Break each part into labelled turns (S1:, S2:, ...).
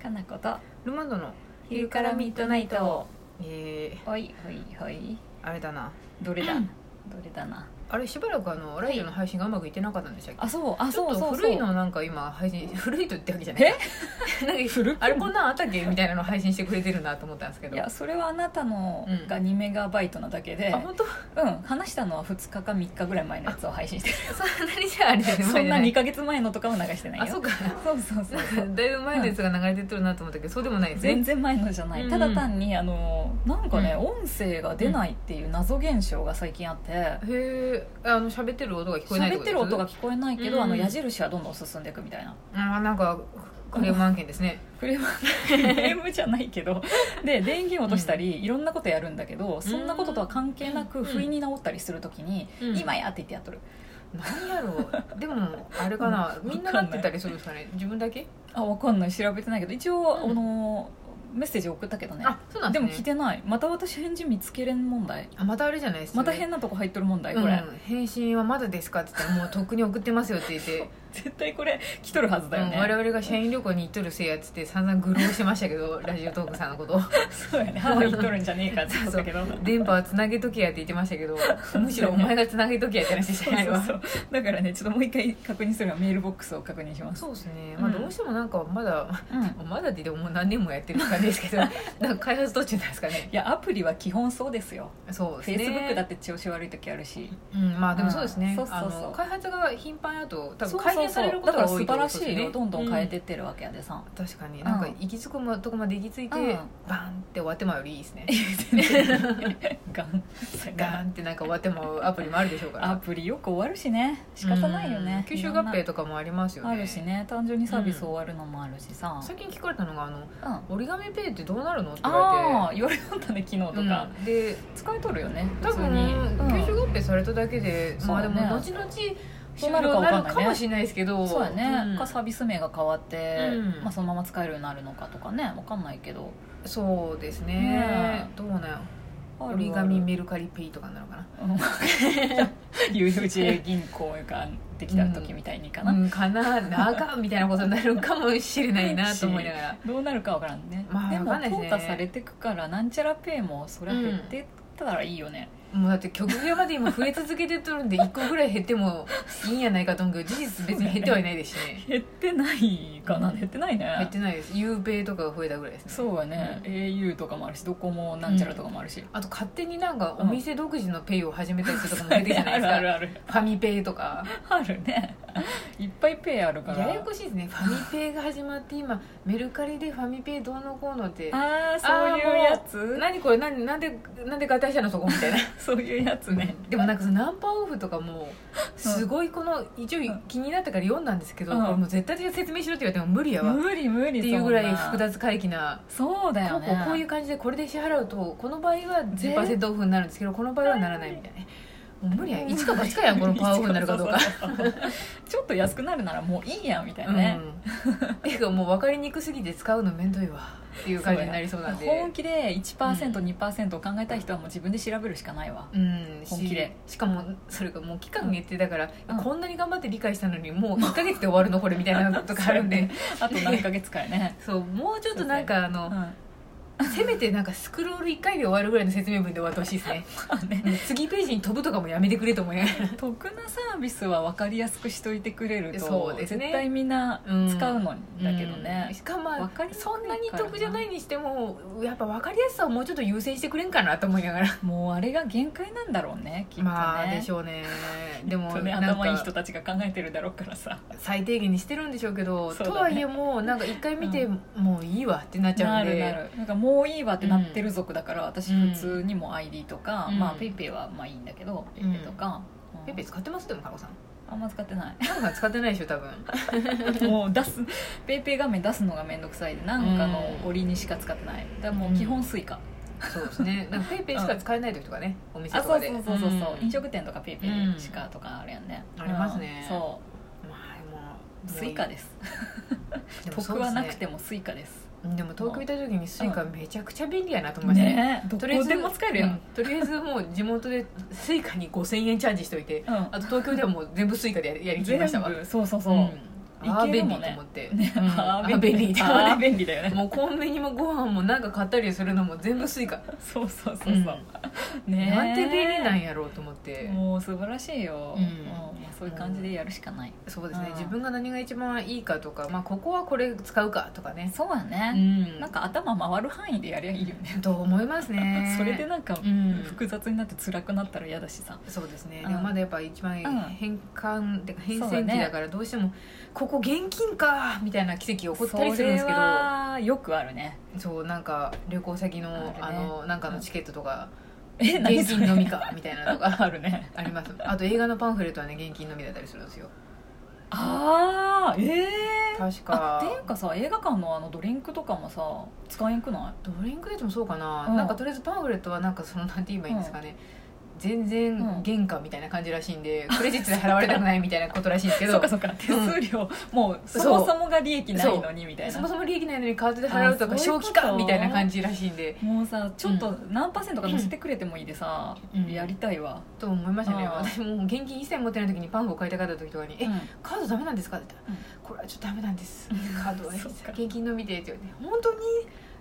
S1: かなこと
S2: ルマンドの
S1: 昼からミッドナイト
S2: え
S1: ほいほいほい
S2: ー、あれだな
S1: どれだどれだな
S2: あれしばらくあのラジオの配信がうまくいってなかったんでしたっけ、
S1: あそうあ
S2: ち
S1: そう
S2: ょっと
S1: そう
S2: 古
S1: そう
S2: いのなんか今配信古いと言ってわけじゃない なんか
S1: 古く
S2: あれこんなんあったっけみたいなの配信してくれてるなと思ったんですけど
S1: いやそれはあなたの
S2: うん
S1: が2メガバイトなだけで
S2: あ本当
S1: うん、話したのは2日か3日ぐらい前のやつを配信してる
S2: そんなにじゃああれだよ ね
S1: そんな2
S2: 前じゃい
S1: ヶ月前のとかも流してないよ
S2: あそうか
S1: そうそうそうそう
S2: だいぶ前のやつが流れてってるなと思ったけどそうでもないです
S1: 全
S2: ね
S1: 然前のじゃない、
S2: うん
S1: ただ単にあのなんかね、
S2: う
S1: 音声が出ないっていう謎現象が最近あって
S2: へえあの喋ってる音が聞こえない
S1: 喋ってる音が
S2: こ
S1: 聞こえないけど、
S2: うん
S1: あの矢印はどんどん進んでいくみたいな
S2: あーなんかクレーム案件ですね
S1: ク レームクレームじゃないけどで電源落としたり、いろんなことやるんだけどそんなこととは関係なく、
S2: うん
S1: 不意に治ったりするときに、
S2: うん
S1: 今やって言ってやっとる
S2: 何やろうでもあれかなみんななってたりするんですかね自分だけ
S1: あわかんない調べてないけど一応、
S2: うん
S1: あのメッセージ送ったけどね
S2: あそうなん
S1: で
S2: です
S1: も
S2: ね
S1: 来てないまた私返事見つけれん問題
S2: あまたあれじゃないです
S1: また変なとこ入っとる問題こ
S2: こ
S1: れ、
S2: れ、うん返信はまだですかって言ったらもうとっくに送ってますよって言って、
S1: 絶対これ来とるはずだよね、
S2: うん我々が社員旅行に行っとるせいやっつって散々愚弄してましたけ どラジオトークさんのことを
S1: そうやね母言っとるんじゃねえかって言ってた けど
S2: 電波はつなげとけやって言ってました けどむしろお前がつなげとけやって話じゃないわ
S1: そうそうそうだからねちょっともう一回確認するのはメールボックスを確認します
S2: そうですね、
S1: うん
S2: まあ、どうしてもなんかまだ
S1: うんい
S2: まだって言ってももう何年もやってる感じです けどなんか開発途中なんですかね
S1: やアプリは基本そうですよ
S2: そう
S1: フ
S2: です
S1: ェイ
S2: ね
S1: スブックだって調子悪い時あるし
S2: うんまあでもそうですね、
S1: うんそうそうそう
S2: あの開発が頻繁やと多
S1: そうそ
S2: 分
S1: う
S2: 改
S1: そう
S2: 変されることが多い
S1: だから素晴らしいよどんどん変えて
S2: て
S1: ってるわけやでさ、
S2: 確かになんか
S1: うん
S2: 行き着くまとこまで行き着いて、
S1: うん
S2: バンって終わってまうよりいいですね
S1: ガン
S2: ガーンってなんか終わってまうアプリもあるでしょうから
S1: アプリよく終わるしね仕方ないよね
S2: うん吸収合併とかもあります
S1: い
S2: よ
S1: ろん
S2: ね
S1: なあるしね単純にサービス終わるのもあるしさ、
S2: 最近聞かれたのがあの
S1: うん、
S2: 「折り紙ペイってどうなるの?」って言
S1: あ
S2: わ
S1: あ言われとったね昨日と
S2: れて、
S1: か、
S2: うんで
S1: 使えとるよね
S2: 多
S1: 普通
S2: 分
S1: に、
S2: 吸収合併されただけで、
S1: そう
S2: まあ
S1: だ
S2: で
S1: ね
S2: も後々
S1: どう
S2: 終
S1: なるか
S2: 了
S1: わ
S2: に
S1: か
S2: な
S1: ない
S2: ん
S1: ね
S2: るかもしれないですけど
S1: そうやね、
S2: うん
S1: かサービス名が変わって、
S2: うん
S1: まあ、そのまま使えるようになるのかとかねわかんないけど
S2: そうですね
S1: ね
S2: どうなんや
S1: あるある
S2: 折り紙メルカリペイとかになのかな
S1: うん UFJ 銀行ができた時みたいにかな、
S2: うん、かな長みたいなことになるかもしれないなと思 いながら
S1: どうなるかわからんね、
S2: まあ
S1: でも
S2: わかんないです
S1: 淘
S2: ね
S1: 汰されてくからなんちゃらペイもそりゃ減ってったらいいよね、
S2: もうだって極限まで今増え続けてと るんで1個ぐらい減ってもいいんやないかと思うけど事実別に減ってはいないですし ね
S1: 減ってないかな、
S2: うん
S1: 減ってないね
S2: 減ってないですゆうべいとかが増えたぐらいですね
S1: そうやね、
S2: う
S1: au とかもあるしどこもなんちゃらとかもあるし、
S2: あと勝手になんかお店独自のペイを始めたりするとかも出てきたじ
S1: あ
S2: ゃないです
S1: る
S2: か
S1: あるある
S2: ファミペイとか
S1: あるねいっぱいペイあるから
S2: ややこしいですねファミペイが始まって今メルカリでファミペイどうのこうのって
S1: ああそういうやつ
S2: 何これ何なんでなんで合体したのそこみ たいな
S1: そういうやつね
S2: でもなんかそのナンパオフとかもすごいこの一応気になったから読んだんですけど、
S1: うん
S2: これもう絶対的に説明しろって言われても無理やわ、っ
S1: 無理無理
S2: ていうぐらい
S1: そんな
S2: 複雑回帰な
S1: そうだよね
S2: こうこういう感じでこれで支払うとこの場合は
S1: 絶
S2: 10%オフになるんですけどこの場合はならないみたいなねもう無理 や
S1: うん
S2: 一か八かやんこのパワーオフになるかどうか
S1: そうそうそうそう ちょっと安くなるならもういいやんみたいなね、
S2: うん、ていうかもう分かりにくすぎて使うの面倒いわっていう感じになりそうなんで
S1: 本気で 1%2% を考えたい人はもう自分で調べるしかないわ、
S2: うん、
S1: 本気
S2: し
S1: で
S2: しかもそれがもう期間限定だから、
S1: うん
S2: こんなに頑張って理解したのにもう1か月で終わるのこれみたいなのとかあるん
S1: そう
S2: で
S1: ねあと何ヶ月かやね
S2: そう もうちょっとなんかあ
S1: う
S2: の、
S1: んま
S2: せめてなんかスクロール1回で終わるぐらいの説明文で終わってほしいですね
S1: あね
S2: うん次ページに飛ぶとかもやめてくれと思いながら
S1: 得なサービスは分かりやすくしといてくれると
S2: そうですね
S1: 絶対みんな使うのだけどね、
S2: うんしかもまあ
S1: わかりにくいから
S2: そ
S1: なん
S2: なに得じゃないにしてもやっぱ分かりやすさをもうちょっと優先してくれんかなと思いなが ら、
S1: もうあれが限界なんだろうねきっとね,、
S2: まあでしょう ねでも
S1: ね
S2: なんか
S1: 頭いい人たちが考えてるだろうからさ
S2: 最低限にしてるんでしょうけど
S1: そうだね
S2: とはいえもうなんか一回見て、
S1: う
S2: もういいわってなっちゃ
S1: な
S2: うんで
S1: るなるなんかもういいわってなってる族だから、私普通にも ID とか、
S2: うん
S1: まあペイペイはまあいいんだけど、
S2: う
S1: ペ
S2: ん
S1: イペイとか、うん
S2: ペペ使ってますでもカロさん
S1: あんま使ってない
S2: カロさん使ってないでしょ多 分
S1: もう出すペイペイ画面出すのが面倒くさいでなんかの
S2: うん
S1: 折にしか使ってないだからもう基本スイカ、
S2: そうですねなんかペイペイしか使えない時とかね、お店
S1: あ
S2: と
S1: そ
S2: か
S1: う
S2: で
S1: そうそうそうそう、
S2: ん
S1: 飲食店とかペイペイしかとかあるやんね、
S2: うんありますね
S1: うんそ
S2: まあ
S1: う
S2: もう
S1: スイカです
S2: でもそ
S1: 得
S2: うです
S1: は
S2: ね
S1: なくてもスイカです
S2: でも東京行った時にスイカめちゃくちゃ便利やなと思いましたね
S1: ねえどこ
S2: とりあえず
S1: でも使えるやん、
S2: うんとりあえずもう地元でスイカに5000円チャージしといて
S1: うん
S2: あと東京ではもう全部スイカでやりやりき
S1: 全
S2: り
S1: 部
S2: ましたわ
S1: そうそうそう、
S2: うんああ
S1: いける
S2: 便利
S1: も
S2: と
S1: ね
S2: 思って、
S1: ね
S2: うんあ
S1: あ
S2: あ
S1: ー
S2: 便
S1: 便
S2: 利
S1: 利
S2: と思
S1: あ
S2: っ
S1: ー
S2: て
S1: 便利だよね
S2: もうコンビニもご飯もなんか買ったりするのも全部スイカ
S1: そうそうそうそう、ねえ
S2: なんて便利なんやろうと思って
S1: もう素晴らしいよ、
S2: うん
S1: もうそういう感じでやるしかない、
S2: そうですね
S1: うん
S2: 自分が何が一番いいかとか、まあ、ここはこれ使うかとかね
S1: そうや
S2: う
S1: ね、
S2: ん
S1: なんか頭回る範囲でやりゃいいよね、
S2: と思いますね
S1: それでなんか
S2: うん
S1: 複雑になって辛くなったら嫌だしさ、
S2: そうですね、
S1: うん
S2: でもまだやっぱ一番
S1: うん
S2: 変換ってか変
S1: そう
S2: 遷
S1: だ
S2: 期
S1: ね
S2: だからどうしてもここ現金かみたいな奇跡起こったりするんですけど
S1: それはよくあるね
S2: そうなんか旅行先のあ,、
S1: あるね
S2: のなんかのチケットとか
S1: え何
S2: 現
S1: そ
S2: 金
S1: れ
S2: のみかみたいなのが
S1: あるね
S2: ありますあと映画のパンフレットはね現金のみだったりするんですよ
S1: ああええー、
S2: 確
S1: あってい
S2: か
S1: うかさ映画館のあのドリンクとかもさ使えんくな
S2: ドリンクレートもそうかな、
S1: うん
S2: なんかとりあえずパンフレットはなんかそのなんて言えばいいんですかね、全
S1: う
S2: 然
S1: ん
S2: 原価みたいな感じらしいんで、クレジットで払われたくないみたいなことらしいんです
S1: い
S2: け
S1: そ
S2: ど
S1: うかそうか手数料、もうそもそもが利益ないのにみたい
S2: そ
S1: な
S2: もそも利益ないのにカードで払うとか
S1: あそうい
S2: 正
S1: うこと
S2: 気かみたいな感じらしいんで
S1: もうさちょっと何パーセントか乗せてくれてもいいでさ、
S2: うん
S1: やりたいわ、
S2: と思いましたね
S1: あー
S2: 私もう現金一切持ってない時にパンフを買いたかった時とかに
S1: う
S2: 「え
S1: ん
S2: カードダメなんですか?」って言った
S1: う
S2: ら
S1: ん
S2: 「これはちょっとダメなんですカードはね
S1: そうか
S2: 現金のみで」って言われて「本当に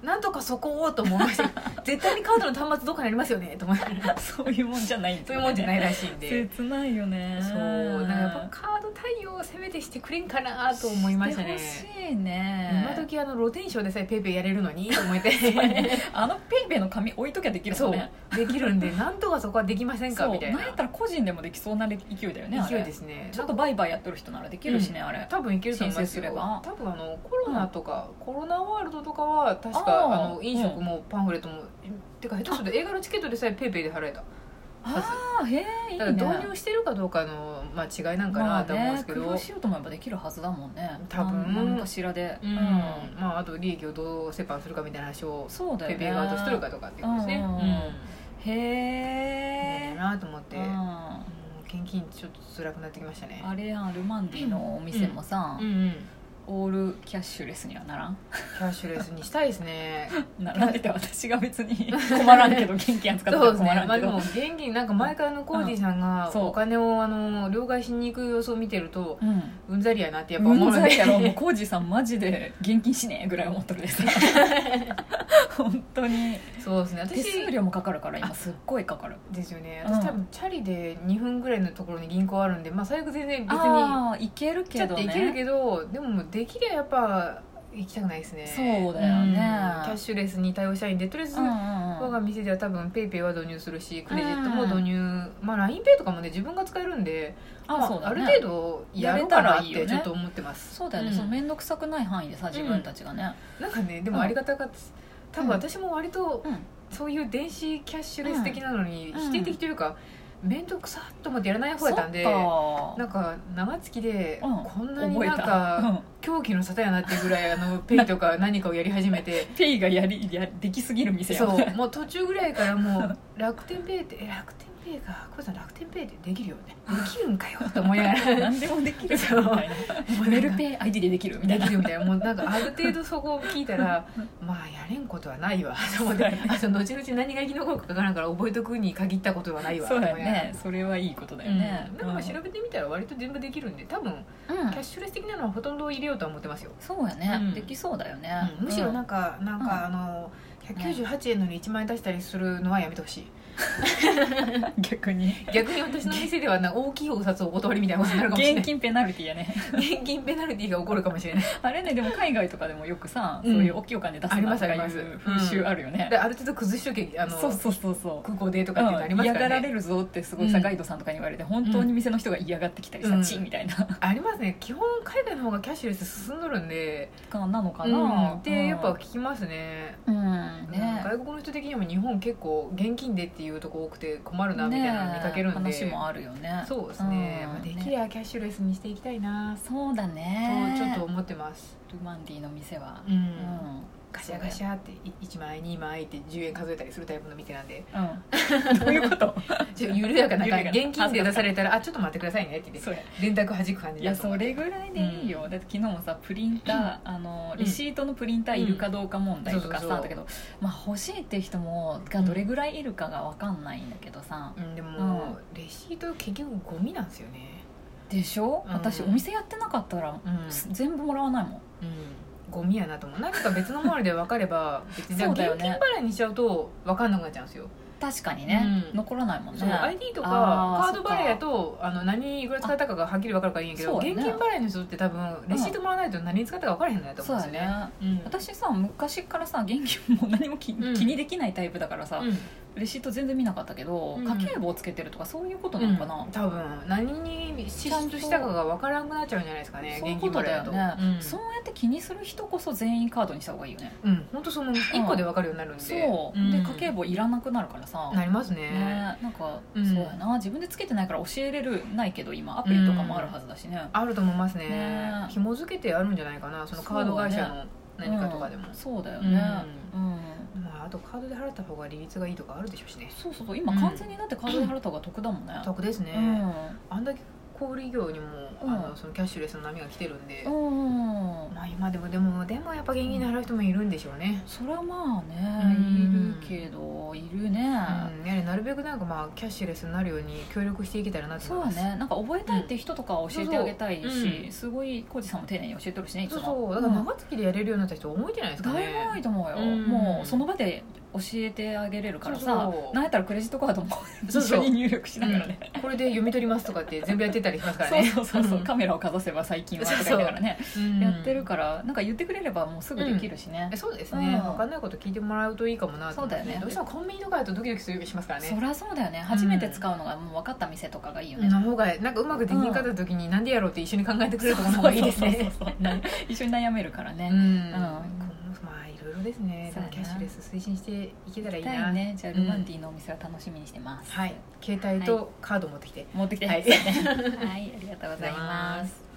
S2: なんとかそこを」と思いました 絶対にカードの端末どっかにありますよねと思いながら
S1: そういうもんじゃない
S2: そういうもんじゃないいらしい んで。
S1: 切ないよね
S2: そうなんかやっぱカード対応をせめてしてくれんかなと思いましたね
S1: してほしいね
S2: 今時あの露天商でさえペイペイやれるのにと思って
S1: あのペイペイの紙置いときゃできる
S2: そ
S1: も
S2: うん
S1: ね
S2: できるんでなんとかそこはできませんか
S1: そう
S2: みたい
S1: なん
S2: な
S1: やったら個人でもできそうな勢いだよねあれ
S2: 勢いですね
S1: ちょっと売買やってる人ならできるしね、
S2: うん
S1: あれ
S2: 多分いけると思いま
S1: 申
S2: す
S1: 請すれ
S2: よ
S1: ば
S2: 多分あのコロナとか、コロナワールドとかは確
S1: あ
S2: かあ
S1: ー
S2: の飲食もパンフレットも、てか下手すると映画のチケットでさえペイペイで払えた
S1: ああへえいい
S2: だから
S1: ね
S2: 導入してるかどうかの、まあ、違いなんか
S1: ま
S2: な
S1: あ
S2: と思うんで
S1: ね
S2: すけど、
S1: 工夫しようと思えばできるはずだもんね
S2: 多分
S1: なんかしらで
S2: うんまあ、あと利益をどう折半するかみたいな話を
S1: そうだよね
S2: ペイペイ側としてるかとかっていうことですね
S1: うんうんうんへ
S2: うん
S1: え
S2: だなと思って、
S1: う
S2: うん
S1: ん
S2: 現金ちょっと辛くなってきましたね
S1: あれやんルマンディのお店もさ、
S2: うんうん
S1: オールキャッシュレスにはならん
S2: キャッシュレスにしたいですね
S1: ならんって言って私が別に 困らんけど現金扱って
S2: そう
S1: ら
S2: です
S1: 困
S2: ね
S1: らん
S2: まあ
S1: け
S2: で
S1: ど、
S2: も現金なんか前からのコーディさんが
S1: んそう
S2: お金をあの両替しに行く様子を見てると
S1: うん
S2: うんざりやなってやっぱ
S1: う
S2: 思
S1: ん
S2: うん
S1: ざ
S2: で
S1: いやろもうコージさんマジで現金しねえぐらい思っとるで さ本当に
S2: そうですね
S1: 手
S2: 私
S1: 数料もかかるから今すっごいかかる
S2: ですよね
S1: うん
S2: 私多分チャリで2分ぐらいのところに銀行あるんでまあ最悪全然別に
S1: ああいける
S2: ち
S1: け
S2: ゃっ
S1: ど
S2: て
S1: ね
S2: いけるけどでももうできりゃやっぱ行きたくないですね
S1: そうだよね
S2: んキャッシュレスに対応したいんでとりあえず
S1: うんうん
S2: 我
S1: うん
S2: が店では多分ペイペイは導入するしクレジットも導入まあ l i n e イとかもね自分が使えるんでま
S1: あそう
S2: あ
S1: だ
S2: ある
S1: ね
S2: 程度やろうかなってちょっと思ってます
S1: そうだよね、
S2: ん
S1: その面倒くさくない範囲でさ自分たちがね、
S2: なんかねでもありがたかったです多分
S1: うん
S2: 私も割と
S1: うん
S2: そういう電子キャッシュレス的なのに
S1: うん
S2: 否定的というか面倒くさっと思ってやらない方
S1: そ
S2: や
S1: っ
S2: った
S1: か
S2: んでなんか長月で
S1: うん
S2: こんなに
S1: 覚え
S2: なん
S1: た
S2: か
S1: うん
S2: 狂気の沙汰やなっていうぐらい あのペイとか何かをやり始めて
S1: ペイがやりやできすぎる店や
S2: そうもう途中ぐらいからもう楽天ペイってえ楽天ペイがこれさん楽天ペイってできるよねできるんかよと思いながら
S1: 何でもできるみた
S2: そう
S1: いな メルペイ ID でできるみた
S2: で
S1: いな
S2: きるみたいなもうなんかある程度そこを聞いたらまあやれんことはないわと思って
S1: そうだね
S2: あと後々何が生き残るか分からんから覚えとくに限ったことはないわ
S1: そうだ
S2: と
S1: よ
S2: 思いながら
S1: ねそれはいいことだよね、
S2: うん、でもまあ調べてみたら割と全部できるんで多分
S1: うん
S2: キャッシュレス的なのはほとんど入れようとは思ってますよ、
S1: そうやね、
S2: うん
S1: できそうだよね、
S2: うんむしろ
S1: う
S2: なんんか、なんかあの198円のに1万円出したりするのはやめてほしい、
S1: 逆に
S2: 逆に私の店ではな大きいお札をお断りみたいなことになるかもしれな
S1: 現
S2: い
S1: 金ペナルティやね
S2: 現金ペナルティが起こるかもしれない
S1: あれねでも海外とかでもよくさ、
S2: うん
S1: そういう大きいお金出すなとか
S2: あり
S1: い
S2: ますあり
S1: う
S2: ます
S1: 風習あるよね、
S2: である程度崩しとけあの
S1: そうそうそうそう
S2: 空港でとかっていうのあり
S1: うん
S2: ます
S1: 嫌
S2: か
S1: が
S2: ら
S1: ら
S2: ね、
S1: れるぞってすごいさ、
S2: うん
S1: ガイドさんとかに言われて本当に店の人が嫌がってきたりさ、
S2: うん
S1: チーみたい な
S2: ありますね基本海外の方がキャッシュレス進んどるんで
S1: かなのかな、
S2: うん、でやっぱ聞きますね
S1: うんね
S2: 外国の人的にも日本結構現金でっていうとこ多くて困るなみたいなの見かけるんで、
S1: ね話もあるよね
S2: そうですね、
S1: うん
S2: まあ、できりゃキャッシュレスにしていきたいな
S1: そうだ
S2: と
S1: ね
S2: ちょっと思ってます、
S1: ルマンディの店は
S2: うん
S1: うん、
S2: ガシャガシャってい1枚2枚って10円数えたりするタイプの店な んで
S1: うんどういう こと
S2: ちょっと緩やかな感じ
S1: 緩やかな
S2: 現金で出されたら「あちょっと待ってくださいね」って言って
S1: そうや
S2: 電卓弾く感じ
S1: い
S2: だ
S1: や
S2: と
S1: そ
S2: 思う
S1: れぐらいでいいよ、だって昨日もさプリンター、あのレシートのプリンターいるかどうか問題とかさ、
S2: うんそうそうそう
S1: だけど、まあ、欲しいって人もがどれぐらいいるかが分かんないんだけどさ、
S2: うんでも、レシート結局ゴミなんですよね
S1: でしょ、
S2: うん
S1: 私お店やってなかったら、
S2: うん
S1: 全部もらわないもん
S2: ゴミやなと思う何か別のもので分かれ ば別にでも
S1: そうだよ
S2: 現
S1: ね
S2: 金払いにしちゃうと分かんなくなっちゃうんですよ
S1: 確かにね、
S2: うん
S1: 残らないもんね
S2: そう ID とか
S1: あー
S2: カー
S1: そ
S2: ド
S1: っか
S2: 払いやとあの何いくら使ったかがはっきり分かるからいいんやけど、
S1: そうだね
S2: 現金払いの人って多分レシートもらわないと何に使ったか分からへんのやと思
S1: そううんだ
S2: ですよね
S1: ね
S2: うん
S1: 私さ昔からさ現金も何も気,、
S2: うん
S1: 気にできないタイプだからさ、
S2: うん
S1: レシート全然見なかったけど、
S2: うん
S1: 家計簿をつけてるとかそういうことなのかな、
S2: うん多分何に支出したかが分からなくなっちゃうんじゃないですかね
S1: そういうことだよ
S2: 現金払い
S1: ね、
S2: だと
S1: そうやって気にする人こそ全員カードにした方がいいよね、
S2: うん、うん、本当その1個で分かるようになるんで
S1: そう、
S2: ん
S1: で家計簿いらなくなるからさ、
S2: なります
S1: ね
S2: ね
S1: なんか、
S2: うん
S1: そうやな自分でつけてないから教えれるないけど今アプリとかもあるはずだしね、
S2: あると思いますね
S1: ね
S2: 紐付けてあるんじゃないかなそのカード会社の何かとかでも、
S1: うんそうだよねうん、
S2: まあ、あとカードで払った方が利率がいいとかあるでしょうしね
S1: そうそうそう今完全にだってカードで払った方が得だもんね、
S2: 得ですね、
S1: う
S2: あんだけ小売業にも、
S1: うん
S2: あのそのキャッシュレスの波が来てるんで、
S1: ん、うん、
S2: まあ今でもでもでもやっぱ現金で払う人もいるんでしょうね、
S1: それはまあね、
S2: うん
S1: いるけどいるね、
S2: うんやはりなるべくなんかまあキャッシュレスになるように協力していけたらなと
S1: そう
S2: 思い
S1: だ
S2: ます
S1: ねなんか覚えたいって人とかは教えてあげたいし、
S2: そうそううん
S1: すごい浩二さんも丁寧に教えてるしねいつ
S2: そう
S1: も
S2: そうだから長月でやれるようになった人多いんじゃないですか
S1: だい
S2: ね
S1: ぶ多いと思うよ、
S2: うん
S1: もうその場で教えてあげれるからさ
S2: そうそう
S1: なんやったらクレジットカードも
S2: そ
S1: 一
S2: うそう
S1: 緒に入力しながらね、
S2: うんこれで読み取りますとかって全部やってたりしますから
S1: そう
S2: ね
S1: そうそうそうカメラをかざせば最近はとか言いながらね
S2: うん
S1: やってるからなんか言ってくれればもうすぐできるしね、
S2: えそうですね、
S1: うん
S2: 分かんないこと聞いてもらうといいかもなと思って
S1: そうだよね
S2: どうしてもコンビニとかだとドキドキするしますから
S1: そ
S2: ね
S1: りゃそうだよね初めて使うのがもう分かった店とかがいいよね、
S2: の方がなんかうまくできんかった時になんでやろうって一緒に考えてくれるとこの方がいいですね
S1: そうそうそうそう一緒に悩めるからね、
S2: うん、
S1: ん
S2: まあいろいろですねで
S1: そ
S2: も
S1: う
S2: キ
S1: や
S2: ャ
S1: な
S2: ッシュレス推進していけたらいい
S1: 痛
S2: ない
S1: ねじゃあルマンディのお店は楽しみにしてます、
S2: はい携帯とカード持ってきて、
S1: 持ってきて
S2: はい
S1: そうねはい、ありがとうございます